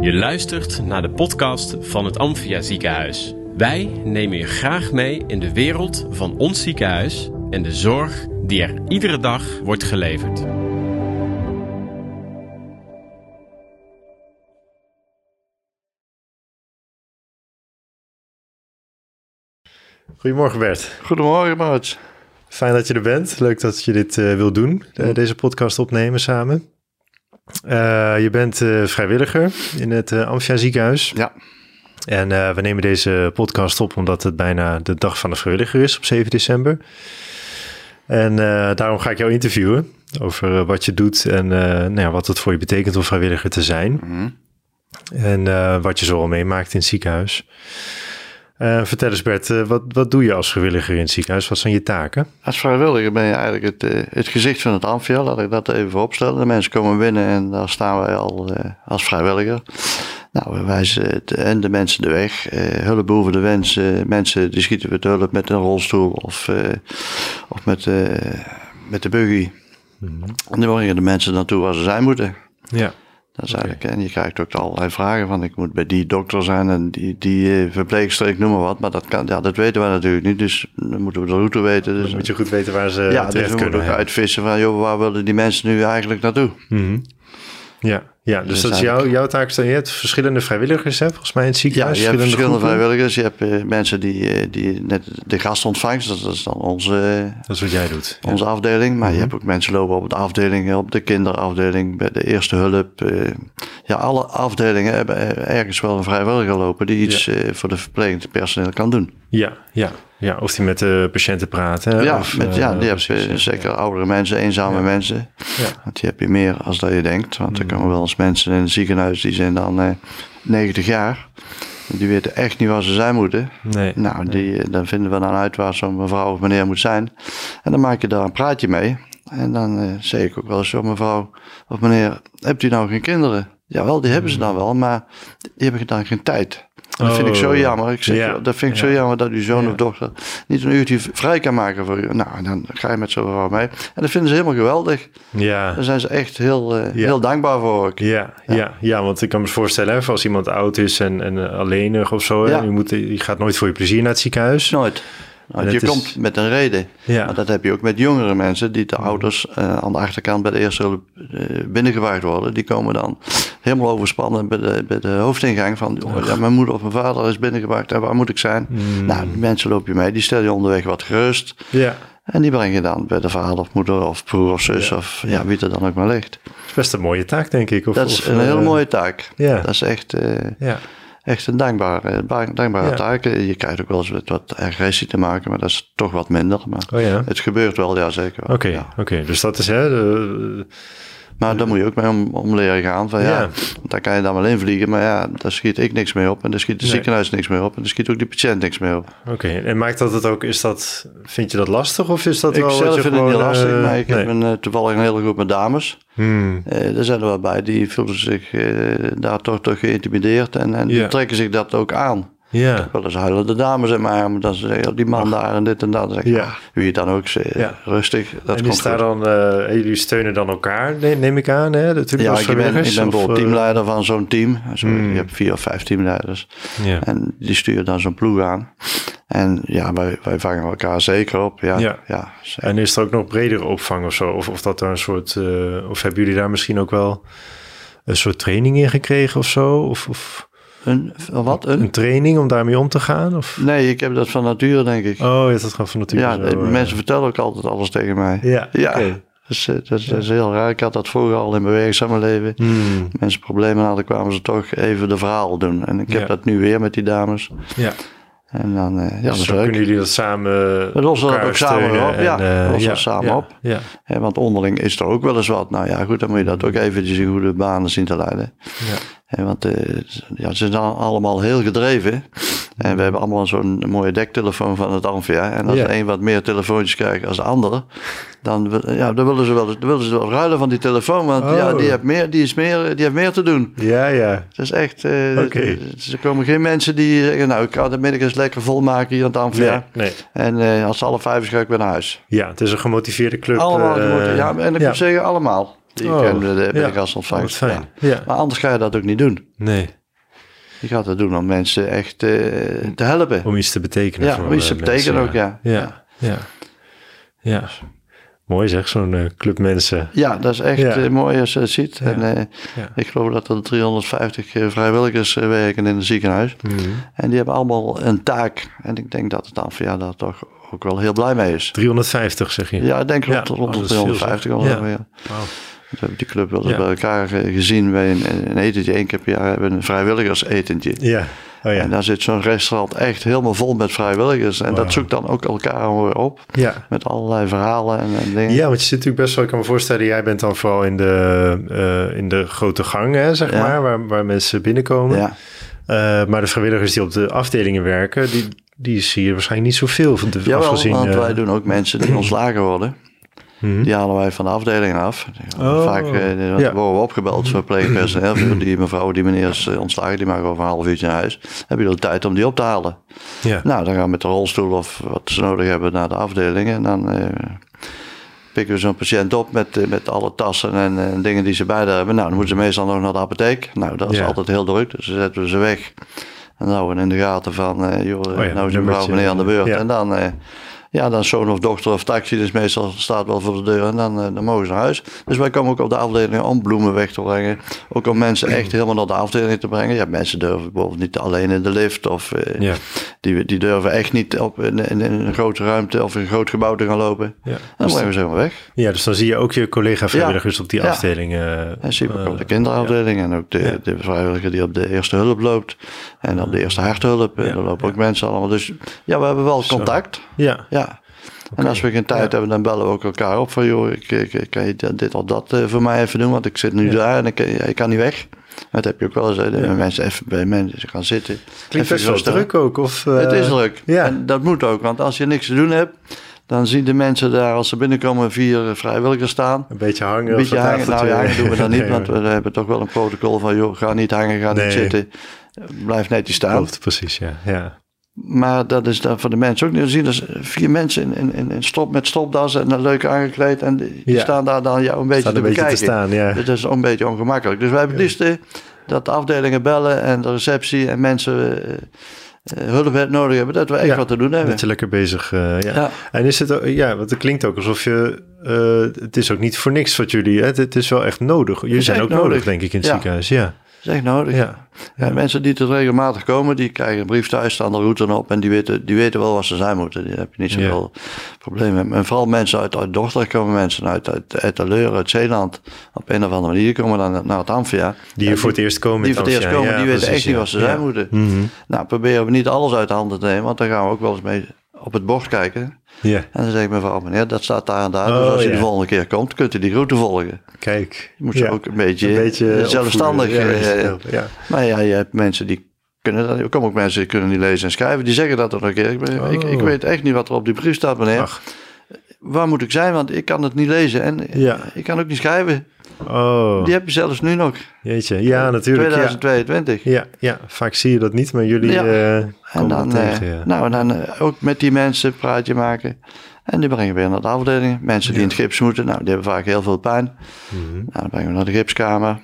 Je luistert naar de podcast van het Amphia Ziekenhuis. Wij nemen je graag mee in de wereld van ons ziekenhuis en de zorg die er iedere dag wordt geleverd. Goedemorgen Bert. Goedemorgen, Maurits. Fijn dat je er bent. Leuk dat je dit eh wil doen, eh, deze podcast opnemen samen. Eh, je bent eh, vrijwilliger in het eh Amphia ziekenhuis. Ja. En eh, we nemen deze podcast op omdat het bijna de dag van de vrijwilliger is op 7 december. En eh, daarom ga ik jou interviewen over eh, wat je doet en eh, nou ja, wat het voor je betekent om vrijwilliger te zijn. Mhm. En eh, wat je zo al meemaakt in het ziekenhuis. Eh, vertel eens Bert, eh, wat, wat doe je als vrijwilliger in het ziekenhuis? Wat zijn je taken? Als vrijwilliger ben je eigenlijk het, eh, het gezicht van het Amphia. Laat ik dat even opstellen. De mensen komen binnen en daar staan wij al eh, als vrijwilliger. Nou, wij wijzen het, en de mensen de weg. Eh hulpbehoevende wensen, mensen die schieten we te hulp met een rolstoel of, eh, of met, eh, met de buggy. En dan brengen de mensen naartoe waar ze zijn moeten. Ja. Dat is eigenlijk, en je krijgt ook allerlei vragen van ik moet bij die dokter zijn en die, die eh, verpleegster, ik noem maar wat. Maar dat, kan, ja, dat weten wij natuurlijk niet, dus dan moeten we de route weten. Dus, Dan moet je goed weten waar ze ja, dus terecht we moeten kunnen. ook ja. uitvissen van joh, waar willen die mensen nu eigenlijk naartoe? Mhm. Ja, ja, dus Dus dat is jouw, eigenlijk- jouw taak. Je hebt verschillende vrijwilligers, hè, volgens mij in het Ja, ziekenhuis. je hebt verschillende groepen. vrijwilligers. Je hebt eh, mensen die, eh, die net de gastontvangst, dat is dan onze, eh, Dat is wat jij doet. onze afdeling. Maar je hebt ook mensen lopen op de afdeling, op de kinderafdeling, bij de eerste hulp. eh. ja, alle afdelingen hebben eh, ergens wel een vrijwilliger lopen die iets eh, voor de verplegend personeel kan doen. Ja, ja, ja. Of die met de patiënten praten. hè, Ja, of, met, ja eh, die heb precies, je ja. zeker oudere mensen, eenzame mensen. Ja. Hmm. Want die heb je meer als dat je denkt. Want er komen wel eens mensen in het ziekenhuis die zijn dan eh 90 jaar. Die weten echt niet waar ze zijn moeten. Nee. Nou, die, eh, dan vinden we dan uit waar zo'n mevrouw of meneer moet zijn. En dan maak je daar een praatje mee. En dan eh, zeg ik ook wel eens, zo mevrouw of meneer, hebt u nou geen kinderen? Jawel, die hebben ze dan wel, maar die hebben dan geen tijd. Dat vind ik zo Oh. jammer. Ik zeg, Ja. joh, Dat vind ik zo jammer dat uw zoon of dochter niet een uurtje v- vrij kan maken voor u. Nou, dan ga je met zo'n vrouw mee. En dat vinden ze helemaal geweldig. Ja. Daar zijn ze echt heel, eh, heel dankbaar voor. ook. Ja, ja. Ja, want ik kan me voorstellen, hè, als iemand oud is en, en eh, alleenig of zo, hè, Ja. je, moet, je gaat nooit voor je plezier naar het ziekenhuis. Nooit. En Want het je is- komt met een reden. Ja. Mm. Maar dat heb je ook met jongere mensen die de ouders eh, aan de achterkant bij de eerste hulp eh, binnengewaagd worden. Die komen dan helemaal overspannen bij de, bij de hoofdingang van oh, ja, mijn moeder of mijn vader is binnengewaagd en waar moet ik zijn? Mm. Nou, die mensen loop je mee, die stel je onderweg wat gerust. Ja, En die breng je dan bij de vader of moeder of broer of zus of ja, wie er dan ook maar ligt. dat is best een mooie taak, denk ik. Of, Dat is of, een eh, hele mooie taak. ja. Dat is echt... eh, Ja, Echt een dankbare, ba- dankbare Ja. taak. Eh, Je krijgt ook wel eens met wat agressie te maken, maar dat is toch wat minder. Maar oh ja. Oké, het gebeurt wel, ja zeker. wel. oké. Ja. dus dat is hè, de- Maar daar moet je ook mee om, om leren gaan. Van, ja, Ja. want Daar kan je dan wel in vliegen, maar ja, daar schiet ik niks mee op. En daar schiet de Nee. ziekenhuis niks mee op. En daar schiet ook de patiënt niks mee op. Oké, en maakt dat het ook, is dat, vind je dat lastig of is dat Ik wel... wat zelf je vind het niet gewoon, lastig, eh, maar ik nee. heb een, eh, toevallig een hele groep met dames. Hmm, Eh, er zijn er wel bij, die voelen zich eh, daar toch, toch geïntimideerd. En, en Ja. die trekken zich dat ook aan. Ja, Wel eens huilen de dames in mijn armen. Dan zeggen ze, "Oh, die man daar en dit en dat. Dan zeg ik, Ja. "Ah, wie het dan ook zegt, Ja. rustig. Dat en komt is daar goed." dan, eh, jullie steunen dan elkaar, ne- neem ik aan, hè? Natuurlijk Ja, als ik ben, ik vrijwilligers, ben of, bijvoorbeeld eh, Hmm. teamleider van zo'n team. Zo, Je hebt vier of vijf teamleiders. Ja. En die sturen dan zo'n ploeg aan. En ja, wij, wij vangen elkaar zeker op. Ja, Ja. ja. En is er ook nog bredere opvang of zo? Of, of dat er een soort, eh, of hebben jullie daar misschien ook wel een soort training in gekregen of zo? Of, of Een, wat? Een? een training om daarmee om te gaan? Of? Nee, ik heb dat van nature, denk ik. Oh, is dat gaat van natuurlijk ja, zo, de- eh, mensen vertellen ook altijd alles tegen mij. Ja, ja. oké. Dat, is, eh, dat is- dat is heel raar. Ik had dat vroeger al in mijn werkzame leven. Hmm, Mensen problemen hadden, kwamen ze toch even de verhaal doen. En ik heb Ja. dat nu weer met die dames. ja. En dan, eh, ja, dat Dus is dan leuk. kunnen jullie dat samen We lossen dat ook samen weer op, ja. We lossen dat samen eh, ja, op. Ja, Hè, want onderling is er ook wel eens wat. Nou ja, goed, dan moet je dat Mm. ook eventjes in goede banen zien te leiden. ja. Hè, want eh, ja, ze zijn dan allemaal heel gedreven. En we hebben allemaal zo'n mooie dektelefoon van het Amphia. En als Ja. de een wat meer telefoontjes krijgt als de ander, dan, wil- ja, dan, willen, ze wel, eens- dan willen ze wel ruilen van die telefoon. Want ja, Oh. die, heeft meer, die, is meer, die heeft meer te doen. ja, ja. Het is echt, eh, Oké. d- er komen geen mensen die zeggen, nou ik ga de middag eens lekker volmaken hier aan het Amphia. Nee, nee. En eh, als ze alle vijf is, ga ik weer naar huis. Ja, het is een gemotiveerde club. Allemaal, eh, gemotiveerd. ja, en ik ja. moet zeggen, allemaal. Die Oh, kunnen we de- bij ja. de gastontvangst. Wat fijn. Ja. Maar anders ga je dat ook niet doen. Nee, Je gaat dat doen om mensen echt eh, te helpen. om iets te betekenen Ja, voor om iets te eh, mensen, betekenen ook, ja. Ja, ja. ja. Mooi zeg, zo'n eh, club mensen. Ja, dat is echt Ja. eh, mooi als je het ziet. En, eh, Ja. Ik geloof dat er 350 vrijwilligers eh, werken in een ziekenhuis. Mhm. En die hebben allemaal een taak. En ik denk dat het Amphia daar toch ook wel heel blij mee is. 350 zeg je? Ja, ik denk Ja, oh, rond, rond dat de is veel, 250 zeg. ongeveer. Ja. Ja. Dus Wauw. We hebben die club wel eens Ja. bij elkaar eh, gezien bij een, een etentje. Eén keer per jaar hebben we een vrijwilligersetentje. Ja, oh ja. En daar zit zo'n restaurant echt helemaal vol met vrijwilligers. En Wauw. dat zoekt dan ook elkaar weer op. ja. Met allerlei verhalen en, en dingen. Ja, want je zit natuurlijk best wel, ik kan me voorstellen, jij bent dan vooral in de, eh, in de grote gang, hè, zeg Ja. maar, waar, waar mensen binnenkomen. Ja. Eh, maar de vrijwilligers die op de afdelingen werken, die, die zie je waarschijnlijk niet zoveel van de Jawel, afgezien. want eh, wij doen ook mensen die ontslagen worden. Mhm. Die halen wij van de afdelingen af. Die worden Oh. Vaak eh, die Ja. worden we opgebeld voor pleegpersoneel. Voor Die mevrouw, die meneer is eh, ontslagen, die mag over een half uurtje naar huis. Heb je de tijd om die op te halen? Ja. Nou, dan gaan we met de rolstoel of wat ze nodig hebben naar de afdeling. En dan eh, pikken we zo'n patiënt op met, eh, met alle tassen en eh, dingen die ze bij daar hebben. Nou, dan moeten ze meestal nog naar de apotheek. Nou, dat is Ja. altijd heel druk, dus dan zetten we ze weg. En nou, en in de gaten van, eh, joh, Oh ja, nou is nummertje, een mevrouw meneer aan de beurt. ja. En dan, eh, ja, dan zoon of dochter of taxi, dus meestal staat wel voor de deur. En dan, eh, dan mogen ze naar huis. Dus wij komen ook op de afdeling om bloemen weg te brengen. Ook om mensen echt helemaal naar de afdeling te brengen. Ja, mensen durven bijvoorbeeld niet alleen in de lift of... eh, Ja. die, die durven echt niet op in, in, in een grote ruimte of in een groot gebouw te gaan lopen. Ja. Dan brengen we ze helemaal weg. ja, dus dan zie je ook je collega vrijwilligers op die Ja. afdelingen. eh, En zie je ook op de kinderafdeling en ook de, de vrijwilliger die op de eerste hulp loopt. En op de eerste harthulp. En daar lopen ook mensen allemaal. Dus ja, we hebben wel contact. Ja, Ja. En als we geen tijd hebben, dan bellen we ook elkaar op van joh, ik, ik, ik- kan je dit- dit of dat eh, voor mij even doen, want ik zit nu daar en ik, eh, ik kan niet weg. Dat heb je ook wel eens, hè, dat mensen even bij mensen gaan zitten. klinkt Even best wel rustig. druk ook. Of, eh, Het is druk. Ja. En dat moet ook, want als je niks te doen hebt, dan zien de mensen daar als ze binnenkomen vier vrijwilligers staan. Een beetje hangen. Een of beetje wat hangen. Nou, avonturen. ja, hangen doen we dan niet, Nee, want we maar- hebben toch wel een protocol van, joh, ga niet hangen, ga Nee. niet zitten. Blijf netjes staan. Klopt, precies, ja. ja. Maar dat is dan voor de mensen ook niet. Dan zien dus vier mensen in, in, in, in stop, met stopdas en een leuk aangekleed. En die die Ja. staan daar dan jou een beetje Staat te een beetje te bekijken. staan, ja. Dat is een beetje ongemakkelijk. Dus wij hebben het liefst eh, dat de afdelingen bellen en de receptie en mensen eh, eh, hulp nodig hebben. Dat we echt Ja, wat te doen hebben. Dat je lekker bezig. eh, ja. Ja. En is het ook, ja, want het klinkt ook alsof je. eh, het is ook niet voor niks wat jullie. Hè? Het, het is wel echt nodig. Jullie is zijn echt ook nodig, nodig. denk ik, in het Ja. ziekenhuis. Ja. Zeg nodig. Ja. Ja, Mensen die te regelmatig komen, die krijgen een brief thuis, staan de route op en die weten, die weten wel wat ze zijn moeten. Daar heb je niet Ja. zoveel problemen mee. En vooral mensen uit, uit Dordrecht komen, mensen uit, uit, uit de Leur, uit Zeeland, op een of andere manier komen dan naar het Amphia. Die hier voor het eerst komen. Die in voor het eerst Amsterdam. komen, Ja, die weten precies, echt niet ja. wat ze zijn Ja. Mhm. moeten. Nou, proberen we niet alles uit de handen te nemen, want dan gaan we ook wel eens mee op het bord kijken. Ja, En dan zeg ik mevrouw, meneer, dat staat daar en daar. dus Oh, als je ja. de volgende keer komt, kunt u die route volgen. kijk. Je moet je Ja. ook een beetje, eh, zelfstandig... opvoeden. Ja, eh, jezelf, ja. maar ja, je hebt mensen die kunnen dat. Er komen ook mensen die kunnen niet lezen en schrijven. Die zeggen dat dan een keer. Ik, ben- Oh. ik, ik weet echt niet wat er op die brief staat, meneer. Ach. Waar moet ik zijn? Want ik kan het niet lezen en Ja. ik kan ook niet schrijven. Oh, Die heb je zelfs nu nog. jeetje. Ja, natuurlijk. Ja. 2022. Ja, ja, vaak zie je dat niet, maar jullie Ja. eh, En komen dat dan, tegen. eh, ja. nou, en dan eh, ook met die mensen een praatje maken. En die brengen we weer naar de afdeling. Mensen die in het gips moeten, nou, die hebben vaak heel veel pijn. Mhm. Nou, dan brengen we naar de gipskamer.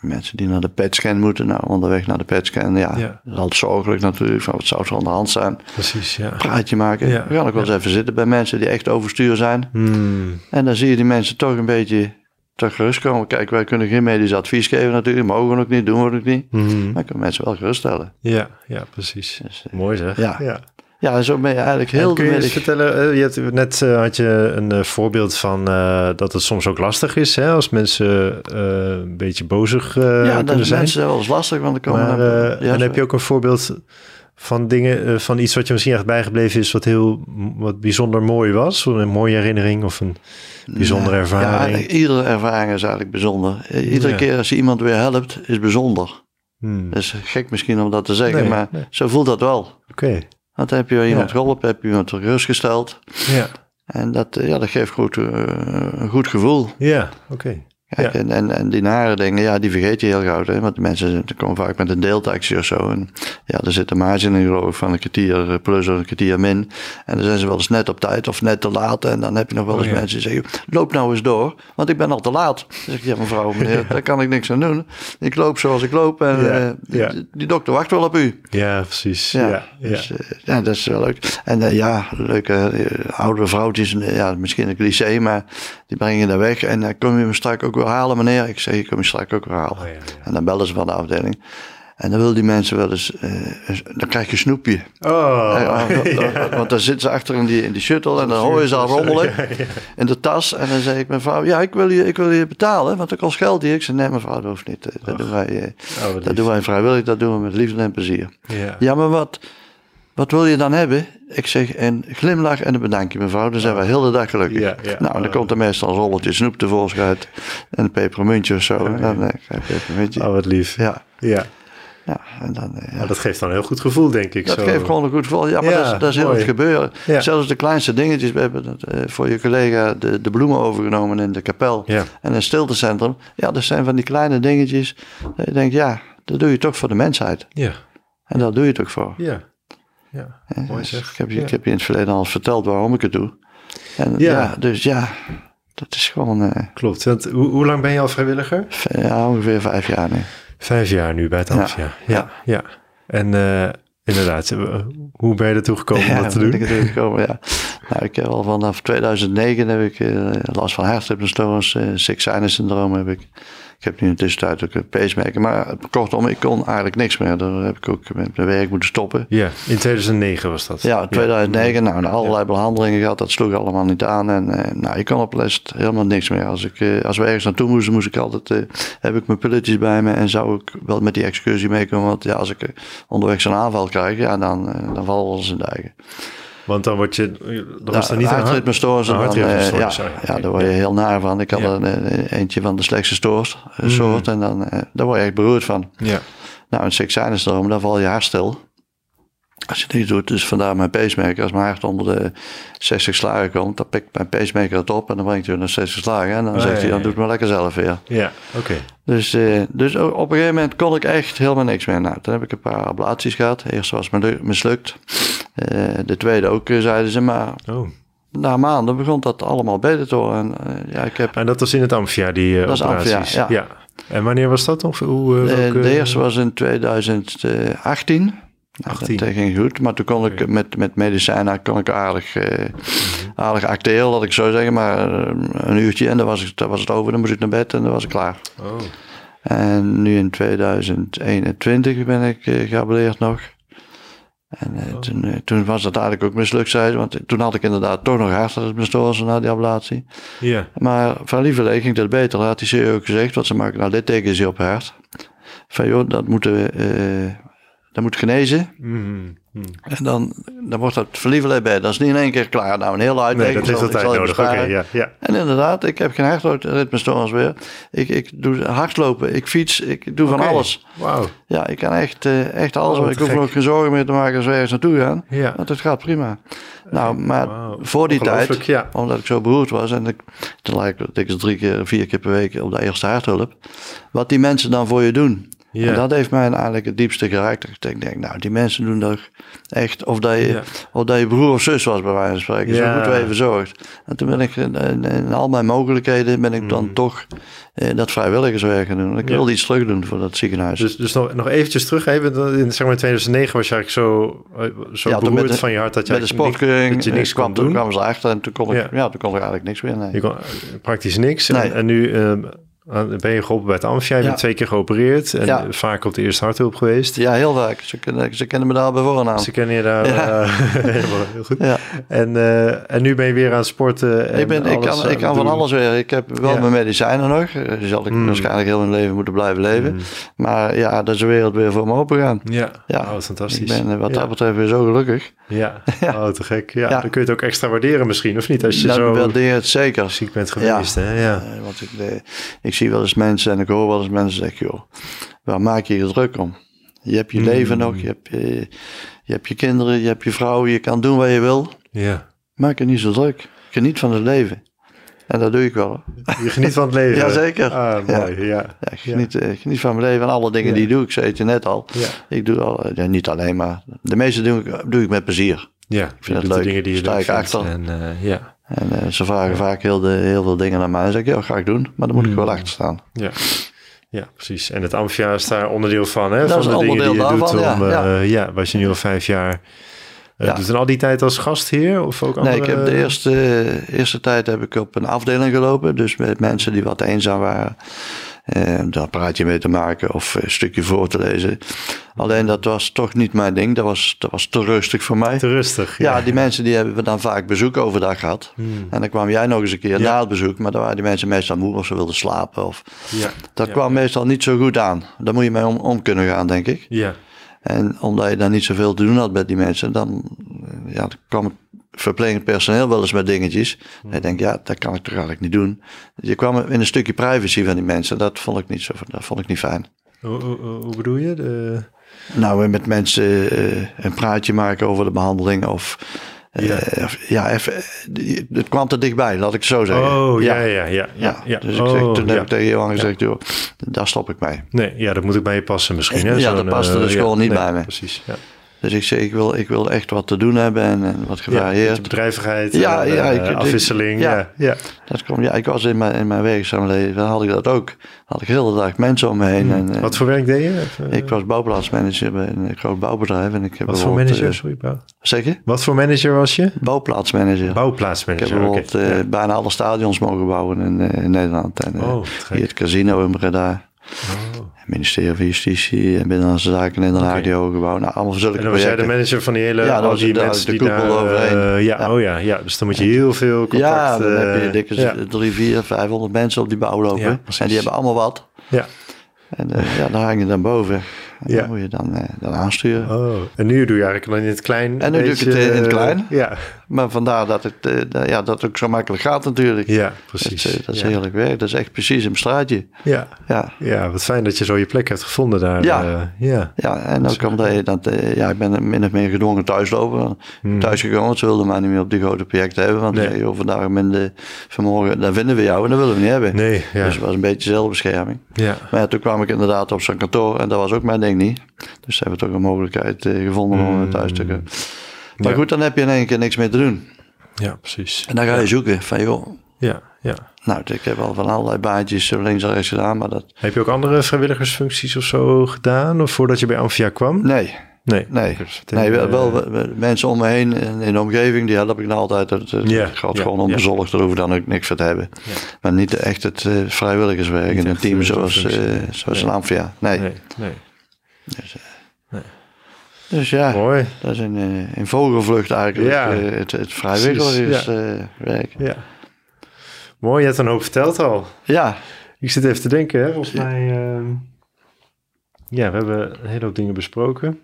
Mensen die naar de petscan moeten, nou, onderweg naar de petscan, ja, Ja. dat is altijd zorgelijk natuurlijk, van wat zou er aan de hand zijn. Precies, ja. Praatje maken. Ja. We gaan ook wel eens even zitten bij mensen die echt overstuur zijn. Hmm, En dan zie je die mensen toch een beetje te gerust komen. Kijk, wij kunnen geen medisch advies geven natuurlijk, mogen we ook niet, doen we ook niet. mhm. Maar we kunnen mensen wel geruststellen. Ja, ja, precies. Dus, eh, Mooi zeg. ja. ja. ja, zo ben je eigenlijk En heel de kun je eens middag. vertellen, eh, je hebt, net eh, had je een eh, voorbeeld van eh, dat het soms ook lastig is hè, als mensen eh, een beetje bozig eh, ja, dat kunnen is zijn. mensen wel eens lastig, want dan komen maar dan- eh, ja, en heb zo- je ook een voorbeeld van dingen, eh, van iets wat je misschien echt bijgebleven is, wat heel wat bijzonder mooi was? Een mooie herinnering of een bijzondere ervaring? Ja, iedere ervaring is eigenlijk bijzonder. I- Iedere Ja. keer als je iemand weer helpt, is bijzonder. Hmm, Dat is gek misschien om dat te zeggen, Nee, maar nee. zo voelt dat wel. Oké, Want dan heb je weer iemand Ja. geholpen, heb je iemand gerustgesteld. ja, En dat, eh, ja, dat geeft goed, eh, een goed gevoel. ja oké. Kijk, Kijk, Ja. en, en, en die nare dingen, ja, die vergeet je heel gauw. Hè? Want de mensen zijn- komen vaak met een deeltaxi of zo. En ja, er zit een marge in geloof ik van een kwartier eh, plus of een kwartier min. En dan zijn ze wel eens net op tijd of net te laat. En dan heb je nog wel eens Oh ja. mensen die zeggen, loop nou eens door, want ik ben al te laat. Dan zeg ik, ja mevrouw, meneer, daar kan ik niks aan doen. Ik loop zoals ik loop en Ja, eh, ja. die, die dokter wacht wel op u. Ja, precies. Ja, Ja, ja, Dus, eh, ja, dat is wel leuk. En eh, ja, leuke eh, oude vrouwtjes, eh, ja, misschien een cliché, maar die brengen je daar weg. En dan kom je hem straks ook weer halen, meneer. Ik zeg, ik kom je straks ook weer halen. Oh, ja, ja. En dan bellen ze van de afdeling. En dan wil die mensen wel eens, eh, eens- dan krijg je een snoepje. Oh, Eh, want- ja. want- Want dan zitten ze achter in die, in die shuttle en dan hoor je ze al rommelen in de tas. En dan zeg ik mevrouw, ja, ik wil je, ik wil je betalen, want dat kost geld hier. Ik zeg, nee mevrouw, dat hoeft niet. Eh, Dat, doen wij, eh, Oh, wat dat lief. doen wij vrijwillig, dat doen we met liefde en plezier. Ja. Ja, maar wat, wat wil je dan hebben? Ik zeg een glimlach en een bedankje, mevrouw. Dan zijn we heel de dag gelukkig. Ja, ja. nou, en dan Oh. komt er meestal een rolletje snoep tevoorschijn uit en een pepermuntje of zo. En dan eh, krijg je een pepermuntje. Oh, wat lief. Ja. Ja, ja, en dan... eh, ja. Maar dat geeft dan een heel goed gevoel, denk ik. Dat zo. geeft gewoon een goed gevoel. Ja, maar Ja, dat is, dat is heel mooi. het gebeuren. Ja. Zelfs de kleinste dingetjes. We hebben dat, eh, voor je collega de, de bloemen overgenomen in de kapel. Ja. En in het stiltecentrum. Ja, dat zijn van die kleine dingetjes. Dat je denkt, ja, dat doe je toch voor de mensheid. Ja, En daar doe je het ook voor. ja. ja. Mooi Dus zeg. Ik heb, je, Ja. ik heb je in het verleden al eens verteld waarom ik het doe. En Ja. ja. dus ja, dat is gewoon eh, Klopt. Want hoe, hoe lang ben je al vrijwilliger? v- ja, ongeveer vijf jaar nu. Vijf jaar nu bij het Ja. Amphia. Ja. ja. En eh, inderdaad, eh, hoe ben je ertoe gekomen om dat te ben doen? Ik er gekomen, ja. Nou, ik heb al vanaf 2009 heb ik eh, last van hartritmestoornis, eh sick sinus syndroom heb ik. Ik heb nu in de tussentijd ook een pacemaker. Maar kortom, ik kon eigenlijk niks meer. Daar heb ik ook met mijn werk moeten stoppen. Ja, in 2009 was dat. Ja, in 2009, nou, na allerlei behandelingen gehad, dat sloeg allemaal niet aan. En eh, nou, ik kon op les helemaal niks meer. Als, ik, eh, als we ergens naartoe moesten, moest ik altijd, eh, heb ik mijn pilletjes bij me en zou ik wel met die excursie meekomen. Want ja, als ik eh, onderweg zo'n aanval krijg, ja, dan, eh, dan vallen ze in de Nou, eigen. Want dan word je, dan was er niet Ja, een hart- hartritmestoornis. een en dan, hartritmestoornis, eh, oh ja, ja, daar word je heel naar van. Ik had Ja. Mm. een, eh, eentje van de slechtste stoort, eh, soort en dan, eh, daar word je echt beroerd van. Ja. Nou, een sexanusdroom, dan val je hart stil. Als je het niet doet, dus vandaar mijn pacemaker. Als mijn hart onder de 60 slagen komt, dan pikt mijn pacemaker het op en dan brengt hij weer naar 60 slagen. En dan Oh, zegt ja, hij, ja, dan ja. doet maar lekker zelf weer. Ja, oké. Dus, eh, dus o- op een gegeven moment kon ik echt helemaal niks meer. Nou, toen heb ik een paar ablaties gehad. De eerste was mislu- mislukt. Eh, de tweede ook, eh, zeiden ze. Maar Oh. na maanden begon dat allemaal beter te worden. En, eh, ja, ik heb, En dat was in het Amphia, die eh Dat is operaties. Amphia, ja. En wanneer was dat? Of hoe, eh, eh, welke- de eerste was in 2018. Nou, 18. Dat ging goed, maar toen kon ik met, met medicijnen kon ik aardig, eh, aardig acteel, dat ik zo zeggen, maar eh, een uurtje en dan was, ik, dan was het over, dan moest ik naar bed en dan was ik klaar. Oh. En nu in 2021 ben ik eh, geableerd nog. En eh, toen, eh, toen was dat eigenlijk ook mislukt, zei ze, want toen had ik inderdaad toch nog hartritmestoornissen na die ablatie. Ja. Maar van lieverlee ging dat beter. Had die CEO ook gezegd, want ze maken nou littekens hier op haar hart. Van joh, dat moet, eh, eh, dat moet genezen. Mhm. Mhm. En dan, dan wordt dat van lieverlee beter. Dat is niet in één keer klaar. Nou, een hele uitdaging. Nee, dat is altijd nodig. Oké, ja. ja. En inderdaad, ik heb geen hartritmestoornis weer. Ik, ik doe hardlopen, ik fiets, ik doe Oké. van alles. Wauw. Ja, ik kan echt, eh, echt alles. Oh, wat ik hoef gek. me ook geen zorgen meer te maken als we ergens naartoe gaan. Ja. Want het gaat prima. Nou, maar Wauw. voor die tijd, Ongelooflijk, ja. omdat ik zo beroerd was en ik, toen lag ik dikwijls drie keer, vier keer per week op de eerste harthulp, wat die mensen dan voor je doen. Ja. En dat heeft mij eigenlijk het diepste geraakt. Dat Ik denk, nou, die mensen doen toch echt, of dat je, Ja. of dat je broer of zus was bij wijze van spreken. Ja. Zo goed wij verzorgd. En toen ben ik, in, in- in al mijn mogelijkheden, ben ik dan toch eh, dat vrijwilligerswerk gaan doen. Want Ik Mm. Ja. wilde iets terug doen voor dat ziekenhuis. Dus, dus nog, nog eventjes terug, even, dan in zeg maar 2009 was je eigenlijk zo, eh, zo Ja, toen beroerd met de- van je hart dat je, Bij de eigenlijk niks- sportkeuring dat je niks eh, kwam kwam, doen. toen kwamen ze achter en toen kon ik, Ja. ja. toen kon ik eigenlijk niks meer. Nee. Je kon eh, praktisch niks. En- Nee. En, nu eh, aan- ben je geholpen bij het Amphia. Je Ja. bent twee keer geopereerd en Ja. vaak op de eerste harthulp geweest. Ja, heel vaak. Ze, kennen- ze kennen me daar bij voornaam. Ze kennen je daar Ja. eh, helemaal heel goed. Ja. En, eh, en nu ben je weer aan het sporten. En Ik, ben, ik alles kan, ik aan kan het van doen. alles weer. Ik heb wel Ja. mijn medicijnen nog. Eh, Die zal ik Mm. waarschijnlijk heel mijn leven moeten blijven leven. Hmm. Maar ja, dat is de wereld weer voor me open gaan. Ja, Ja. Oh, wat fantastisch. Ik ben eh, wat ja. dat betreft weer zo gelukkig. Ja, Oh, te gek. Ja, Ja. Nou, dan kun je het ook extra waarderen misschien, of niet? Als je Dat zo waardeer het zeker. ziek bent geweest, hè? Ja. Eh, Want ik, eh, ik zie wel eens mensen en ik hoor wel eens mensen zeggen, joh, waar maak je je druk om? Je hebt je Hmm. leven nog, je hebt je, je hebt je kinderen, je hebt je vrouw, je kan doen wat je wil. ja. Maak je niet zo druk. Geniet van het leven. En dat doe ik wel. hoor. Je geniet van het leven. Jazeker. Ah, mooi, ja. Ja, ik geniet, eh, geniet van mijn leven en alle dingen die ik doe. Ik zei het je net al. Ja. Ik doe al, eh, ja, niet alleen, maar de meeste doe ik, doe ik met plezier. Ja, ik het de leuk. dingen die je Sta leuk ik vindt. achter. En, eh, ja. Hmm. En eh, ze vragen vaak heel, de, heel veel dingen naar mij. En dan zeg ik, ja, ga ik doen. Maar dan moet ik wel achter staan. Ja. ja, precies. En het Amphia is daar onderdeel van, hè? van is de een dingen die je onderdeel doet. daarvan, om, ja, ja. ja, was je nu al vijf jaar. eh, Ja. Doet en al die tijd als gastheer of ook andere... Nee, ik heb de eerste, eerste tijd heb ik op een afdeling gelopen. Dus met mensen die wat eenzaam waren. Eh, daar praat je mee te maken of een stukje voor te lezen. Alleen dat was toch niet mijn ding. Dat was, dat was te rustig voor mij. Te rustig. Ja, die mensen die hebben we dan vaak bezoek overdag gehad. En dan kwam jij nog eens een keer na het bezoek. Maar dan waren die mensen meestal moe of ze wilden slapen. Of... Ja. Dat Ja. kwam meestal niet zo goed aan. Daar moet je mee om, om kunnen gaan, denk ik. Ja, En omdat je dan niet zoveel te doen had met die mensen, dan, eh, ja, dan kwam het verplegend personeel wel eens met dingetjes. En ik denk, ja, dat kan ik toch eigenlijk niet doen. Je kwam in een stukje privacy van die mensen. Dat vond ik niet, zo, dat vond ik niet fijn. hoe, hoe- hoe- hoe bedoel je? De- Nou, en met mensen eh, een praatje maken over de behandeling of... eh, Ja. of- ja, even, eh, het kwam te dichtbij, laat ik het zo zeggen. Oh, ja, ja, ja. Ja, ja, ja. dus ik zeg, Oh, toen ja. heb ik tegen Johan gezegd, joh, daar stop ik mee. Nee, ja, dat moet ik bij je passen misschien. Hè? Ja, Zo'n, dat paste eh, dus gewoon niet nee, bij me. Precies, ja. Dus ik zeg, ik wil, ik wil echt wat te doen hebben en, en wat Ja, met de gevarieerd. bedrijvigheid, Ja, en, ja, eh, ik- ik- afwisseling. ja. Ja, ja. Dat kwam, ja, ik was in mijn, in mijn werkzaam leven, dan had ik dat ook. Had ik heel de dag mensen om me heen. En, eh, Hmm. Wat voor werk deed je? Of, eh, ik was bouwplaatsmanager bij een groot bouwbedrijf. En ik heb Wat voor bijvoorbeeld, manager? eh, Sorry, Paul. zeg je? Wat voor manager was je? Bouwplaatsmanager. ik heb Bouwplaatsmanager. oké. bijvoorbeeld eh, bijna alle stadions mogen bouwen in, eh, in Nederland. En, eh, Oh, te gek. Oh. hier het casino in Breda. Het ministerie van Justitie en Binnenlandse Zaken in Den Haag, die hoge gebouw. Nou, allemaal zulke En dan was jij de projecten. manager van die hele... Ja, dan al was die ik daar mensen de die koepel daar, overheen. eh, ja, oh ja, ja. Dus dan moet je heel veel contact... Ja, dan heb je eh, dikke ja. drie, vier, vijfhonderd mensen op die bouw lopen. Ja, precies. en die hebben allemaal wat. ja. En eh, ja, dan hang je dan boven. En Ja. dan moet je dan, eh, dan aansturen. Oh, en nu doe je eigenlijk dan in het klein... En nu doe ik beetje, het, eh, in het eh, klein. Ja, Maar vandaar dat het, eh, dat- ja, dat het ook zo makkelijk gaat natuurlijk. ja dat, precies. is, eh, dat is ja. heerlijk werk. Dat is echt precies in mijn straatje. Ja. Ja. ja, wat fijn dat je zo je plek hebt gevonden daar. Ja. eh, ja. Ja, en ook omdat je dat, eh, ja, ik ben min of meer gedwongen thuislopen. Thuis gekomen, want ze wilden mij niet meer op die grote projecten hebben. Want Hmm. Nee. nee. joh, vandaag om in de vanmorgen, daar vinden we jou en dat willen we niet hebben. Nee, ja. Dus het was een beetje zelfbescherming. ja. Maar ja, toen kwam ik inderdaad op zijn kantoor en dat was ook mijn ding niet. Dus ze hebben toch een mogelijkheid eh, gevonden om eh, thuis te kunnen. Maar Hmm. Ja. goed, dan heb je in één keer niks meer te doen. Ja, precies. En dan ga je zoeken van joh, Ja, ja. nou ik heb al van allerlei baantjes zo links en rechts gedaan, maar dat, Heb je ook andere vrijwilligersfuncties of zo gedaan? Of voordat je bij Amphia kwam? nee, Nee. nee. Dus meteen, Nee, wel, eh, wel, wel- wel- mensen om me heen en in de omgeving, die help ik nou altijd. Het, het Ja, gaat ja, gewoon ja. onbezorgd, daar hoef ik dan ook niks voor te hebben. Maar niet echt het eh, vrijwilligerswerk in een echt, team eh, zo'n zoals, eh, functie, nee. zoals Nee. een Amphia. Nee. Nee, nee. Dus ja, Mooi. dat is een, eh, een vogelvlucht eigenlijk, Oh. Ja. eh, het, het vrijwilligerswerk. Ja. Ja. Mooi, je hebt een hoop verteld al. ja, Ik zit even te denken, hè. Volgens mij... ehm, Ja, we hebben een hele hoop dingen besproken.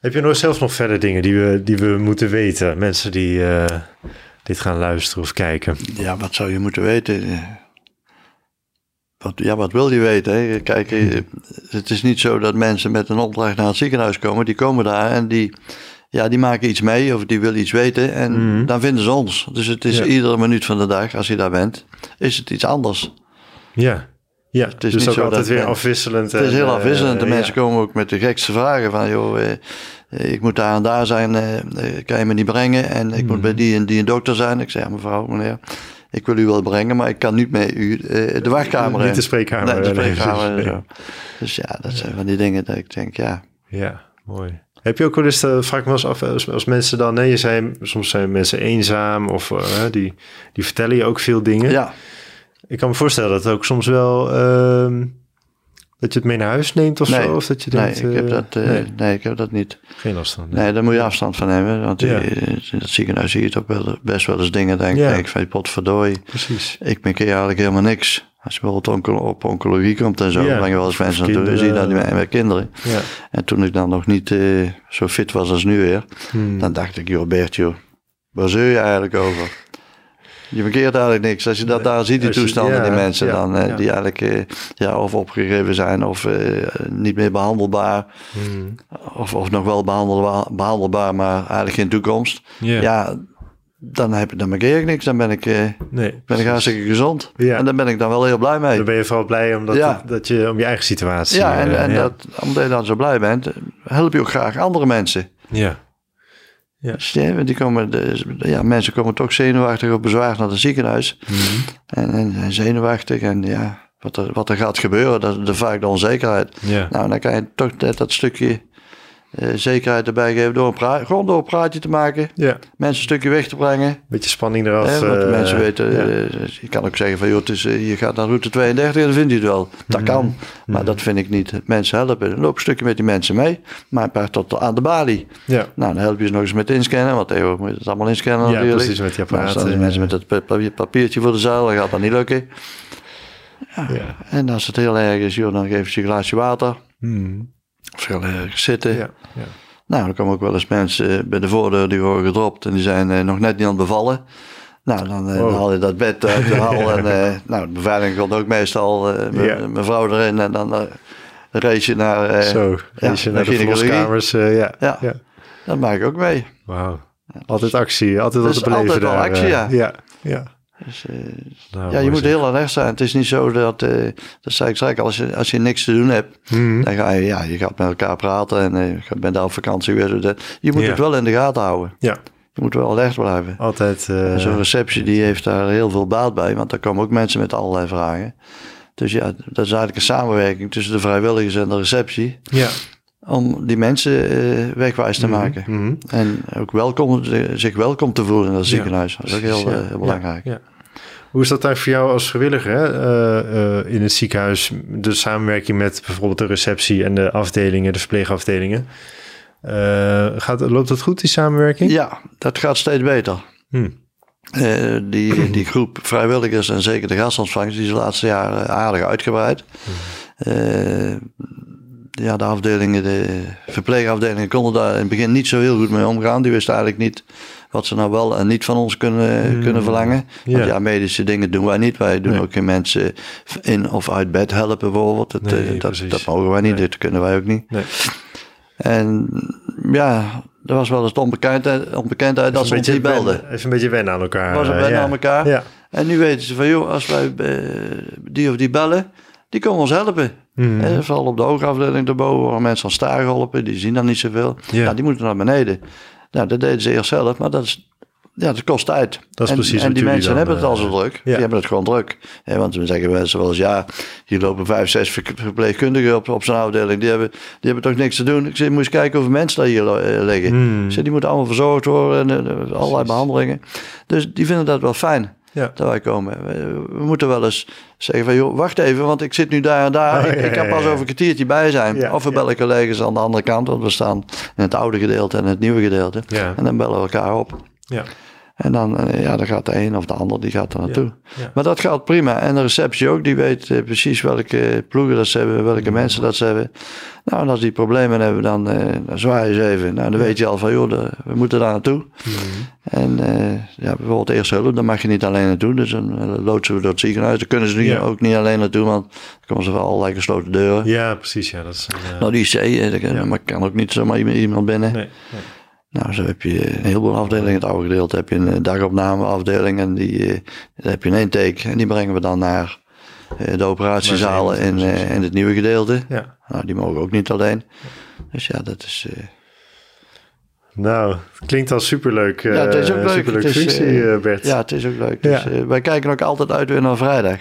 Heb je nog zelf nog verder dingen die we, die we moeten weten? Mensen die eh, dit gaan luisteren of kijken. Ja, wat zou je moeten weten? Wat, ja, wat wil je weten? Hè? Kijk, eh, het is niet zo dat mensen met een opdracht naar het ziekenhuis komen. Die komen daar en die, ja, die maken iets mee of die willen iets weten. En dan vinden ze ons. Dus het is Ja. iedere minuut van de dag, als je daar bent, is het iets anders. Ja. Ja, het is dus niet ook zo altijd dat- weer afwisselend. eh, Het is heel afwisselend. De mensen komen. komen ook met de gekste vragen van, joh, eh, eh, ik moet daar en daar zijn, eh, eh, kan je me niet brengen? En ik Mhm. moet bij die en die een dokter zijn. Ik zeg, "Ja, mevrouw, meneer, ik wil u wel brengen, maar ik kan niet met u eh, de wachtkamer Niet in." de spreekkamer, eh, dus- Nee, de nee, spreekkamer. precies, en zo. Dus ja, dat zijn van die dingen dat ik denk, ja. Ja, mooi. Heb je ook wel eens, eh, vraag ik me wel eens af, eh, als, als mensen dan, nee, je zei, soms zijn mensen eenzaam of eh, die, die vertellen je ook veel dingen. Ja, Ik kan me voorstellen dat het ook soms wel, ehm, dat je het mee naar huis neemt of Nee, zo. Of dat je nee, denkt, ik heb eh, dat, eh, nee, nee, ik heb dat niet. geen last van. nee. Nee, daar moet je afstand van hebben. Want Ja. eh, in het ziekenhuis zie je toch wel, best wel eens dingen. Denk, Ja. denk ik van potverdooi. Precies. Ik merk eigenlijk helemaal niks. Als je bijvoorbeeld onco- op oncologie komt en zo, Ja. dan breng je wel eens mensen Kinderen. naartoe. Dan zie je dat met, met kinderen. Ja. En toen ik dan nog niet eh, zo fit was als nu weer, Hmm. dan dacht ik, joh Bert, joh, waar zeur je eigenlijk over? Je verkeert eigenlijk niks. Als je dat daar ziet, die Als je- toestanden, ja, die mensen ja, dan, eh, ja. die eigenlijk eh, ja, of opgegeven zijn of eh, niet meer behandelbaar. Mm. Of, of nog wel behandelbaar, behandelbaar, maar eigenlijk geen toekomst. Ja. Ja, dan, heb, dan merk ik niks. Dan ben ik, eh, Nee. ben ik hartstikke gezond. Ja. En daar ben ik dan wel heel blij mee. Dan ben je vooral blij omdat Ja. het- dat je om je eigen situatie. Ja, en, eh, en ja. Dat, omdat je dan zo blij bent, help je ook graag andere mensen. Ja. Dus ja, want die komen, de- ja, mensen komen toch zenuwachtig of bezwaard naar het ziekenhuis. Mhm. En, en, en zenuwachtig en ja, wat er, wat er gaat gebeuren, dat is de- vaak de onzekerheid. Ja. Nou, dan kan je toch net dat stukje eh, zekerheid erbij geven door een pra- gewoon door een praatje te maken. ja. Mensen een stukje weg te brengen. Beetje spanning eraf. hè, want eh, mensen weten, ja. eh, je kan ook zeggen van joh, het is, eh, je gaat naar route 32 en dan vindt hij het wel. Dat Mhm. kan, maar dat vind ik niet. Mensen helpen. Loop een stukje met die mensen mee, maar een paar tot aan de balie. ja. Nou, dan help je ze nog eens met inscannen, want tegenwoordig moet je het allemaal inscannen Ja, natuurlijk. precies, met die apparaten. Nou, staan die mensen met dat pa- pa- papiertje voor de zaal, dat gaat dat niet lukken. ah. Ja. En als het heel erg is, joh, dan geven ze je een glaasje water. Mm. Of ze gaan ergens zitten. Ja. Ja. Nou, dan komen ook wel eens mensen eh, bij de voordeur, die worden gedropt en die zijn eh, nog net niet aan het bevallen. Nou, dan, eh, dan Wow. haal je dat bed uit de hal en eh, nou, de beveiliging komt ook meestal eh, me- Ja. mevrouw erin en dan eh, race je naar... eh, Zo, als je dan naar de ging ik verloskamers, eh, ja. Ja. Dat maak ik ook mee. Wauw. Altijd actie, altijd wat Dus te beleven altijd wel daar, actie, eh. ja. Ja, ja. Dus, eh, Nou, Ja, mooi je moet zeg. heel alert zijn. Het is niet zo dat, eh, dat zei ik straks, als je, als je niks te doen hebt, Mhm. dan ga je, ja, je gaat met elkaar praten en eh, je gaat- bent daar op vakantie weer. zo dat- Je moet Ja. het wel in de gaten houden. Ja, Je moet wel alert blijven. altijd... eh, En Zo'n receptie die heeft daar heel veel baat bij, want daar komen ook mensen met allerlei vragen. Dus ja, dat is eigenlijk een samenwerking tussen de vrijwilligers en de receptie ja. om die mensen eh, wegwijs te maken. Mhm. En ook welkom, zich welkom te voelen in dat ziekenhuis. Dat is ook heel, Precies, ja. eh, heel belangrijk. Ja, ja. Hoe is dat dan voor jou als vrijwilliger hè? Eh, eh, in het ziekenhuis? De samenwerking met bijvoorbeeld de receptie en de afdelingen, de verpleegafdelingen. Eh, gaat, loopt dat goed, die samenwerking? ja, dat gaat steeds beter. Hm. Eh, die, die groep vrijwilligers en zeker de gastontvangers, die is de laatste jaren aardig uitgebreid. Eh, ja, de afdelingen, de verpleegafdelingen konden daar in het begin niet zo heel goed mee omgaan. Die wisten eigenlijk niet wat ze nou wel en niet van ons kunnen, kunnen verlangen. Hmm. Ja. Want ja, medische dingen doen wij niet. Wij doen Nee. ook geen mensen in of uit bed helpen bijvoorbeeld. Dat, Nee, eh, dat, precies. dat mogen wij niet, Nee. dat kunnen wij ook niet. Nee. En ja, er was wel eens de onbekendheid, onbekendheid dat ze ons niet belden. wennen- even een beetje wennen aan elkaar. Was het eh, wennen ja. aan elkaar? Ja. En nu weten ze van, joh, als wij eh, die of die bellen, die komen ons helpen. Mhm. Eh, vooral op de oogafdeling daarboven worden mensen van staar geholpen, die zien dan niet zoveel. Ja. Ja. die moeten naar beneden. Nou, dat deden ze eerst zelf, maar dat is... Ja, dat kost tijd. Dat is en, precies en wat die jullie mensen dan, hebben het al zo eh, druk. Die ja. hebben het gewoon druk. Eh, want we zeggen mensen wel eens, ja, hier lopen vijf, zes ver- verpleegkundigen op, op zijn afdeling. Die hebben, die hebben toch niks te doen. Ik zeg, moet je eens kijken hoeveel mensen daar hier lo- eh, liggen. Hmm. Ik zeg, die moeten allemaal verzorgd worden en eh, allerlei behandelingen. Dus die vinden dat wel fijn Ja. dat wij komen. We, we moeten wel eens zeggen van, joh, wacht even, want ik zit nu daar en daar. Oh, ik, ja, ik kan ja, pas ja. over een kwartiertje bij zijn. Ja, of we ja. bellen collega's aan de andere kant, want we staan in het oude gedeelte en het nieuwe gedeelte. Ja. En dan bellen we elkaar op. Ja. En dan, eh, ja, dan gaat de een of de ander, die gaat er naartoe. ja. Maar dat gaat prima. En de receptie ook, die weet eh, precies welke ploegen dat ze hebben, Mm. welke mensen dat ze hebben. Nou, en als die problemen hebben, dan, eh dan zwaaien ze even. Nou, dan weet je al van, joh, de- we moeten daar naartoe. Mm. En eh, ja, bijvoorbeeld eerst hulp, dan mag je niet alleen naartoe. Dus dan eh, loodsen we door het ziekenhuis. Dan kunnen ze nu Ja. ook niet alleen naartoe, want dan komen ze wel allerlei gesloten deuren. Ja, precies. Ja, dat is een, eh, Nou, die IC, eh, daar kan, Ja. maar kan ook niet zomaar iemand- iemand binnen. nee, nee. Nou, zo heb je een heleboel afdelingen. Het oude gedeelte heb je een eh, dagopnameafdeling en die eh, daar heb je in één take. En die brengen we dan naar eh, de operatiezalen Waar ze in, heen moeten, eh, in het nieuwe gedeelte. Ja. Nou, die mogen ook niet alleen. Dus ja, dat is... eh, Nou, het klinkt al superleuk. eh ja, het is ook leuk. Superleuk Het is, functie, eh, eh, Bert. Ja, het is ook leuk. Ja. Dus, eh, wij kijken ook altijd uit weer naar vrijdag.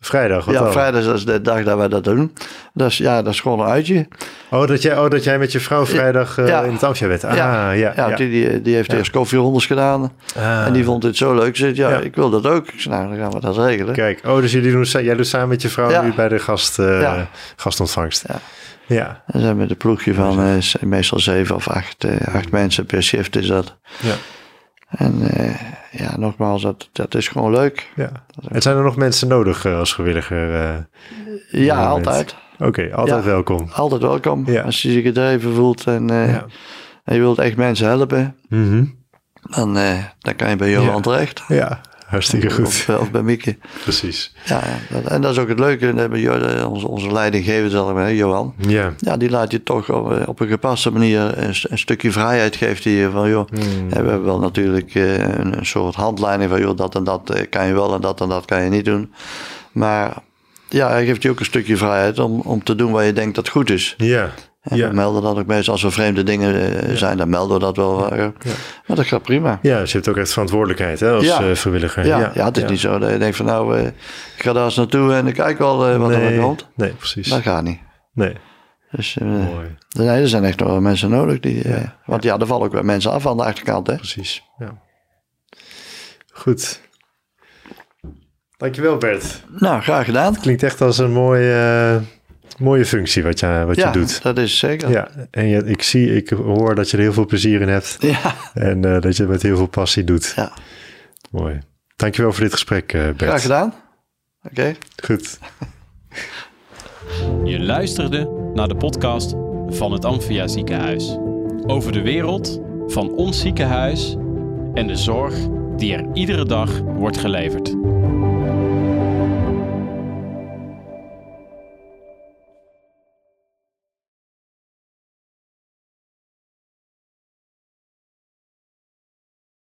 Vrijdag, wat ja, dan? vrijdag is de dag dat wij dat doen. Dat is, ja, dat is gewoon een uitje. Oh dat, jij, oh, dat jij met je vrouw vrijdag eh, Ja. in het amfje bent. Ah, ja. Ja. ja, Ja, Die, eh, die, die heeft eerst koffierondes gedaan. Ah. En die vond het zo leuk. Ze zei, ja, Ja. ik wil dat ook. Ik zei, nou, dan gaan we dat regelen. Kijk, oh, dus jullie doen, sa- jij doet samen met je vrouw Ja. nu bij de gast, eh, Ja. gastontvangst. Ja. Ja. Dan zijn we met een ploegje van eh, z- meestal zeven of acht, eh, acht mensen per shift is dat. Ja. En eh, ja, nogmaals, dat, dat is gewoon leuk. ja. En zijn er nog mensen nodig eh, als vrijwilliger? eh? Ja, moment. altijd. Oké, altijd Ja. welkom. Altijd welkom. Ja. Als je je gedreven voelt en, eh, Ja. en je wilt echt mensen helpen, Mhm. dan, eh, dan kan je bij Johan Ja. terecht. ja. Hartstikke goed. Of, of bij Mieke. Precies. Ja, dat- en dat is ook het leuke. En hebben Jo- Onze, onze leidinggever, zal ik maar zeggen, Johan. Ja. Ja, die laat je toch op, eh, op een gepaste manier een, st- een stukje vrijheid geeft die je van joh. hè, We hebben wel natuurlijk eh, een, een soort handleiding van joh, dat en dat eh, kan je wel en dat en dat kan je niet doen. Maar ja, hij geeft je ook een stukje vrijheid om, om te doen wat je denkt dat goed is. Ja. En we Ja. melden dat ook meestal als er vreemde dingen eh, zijn, dan melden we dat wel. vaker. Maar dat gaat prima. ja, dus je hebt ook echt verantwoordelijkheid hè, als Ja. eh, vrijwilliger. Ja, ja, het is niet zo dat je denkt van nou, eh, ik ga daar eens naartoe en ik kijk wel eh, wat er aan de nee, hand. nee, precies. Dat gaat niet. Nee, Dus, eh, mooi. nee, er zijn echt nog wel mensen nodig. Die, eh, want ja, er vallen ook wel mensen af aan de achterkant. Hè? Precies, ja. Goed. Dankjewel Bert. Nou, graag gedaan. Klinkt echt als een mooie, eh, mooie functie wat, je, wat ja, je doet. dat is zeker. Ja, en je, ik zie, ik hoor dat je er heel veel plezier in hebt. Ja, En eh, dat je het met heel veel passie doet. Ja. Mooi. Dankjewel voor dit gesprek, eh, Bert. graag gedaan. Oké. Goed. Je luisterde naar de podcast van het Amphia Ziekenhuis. Over de wereld van ons ziekenhuis en de zorg die er iedere dag wordt geleverd.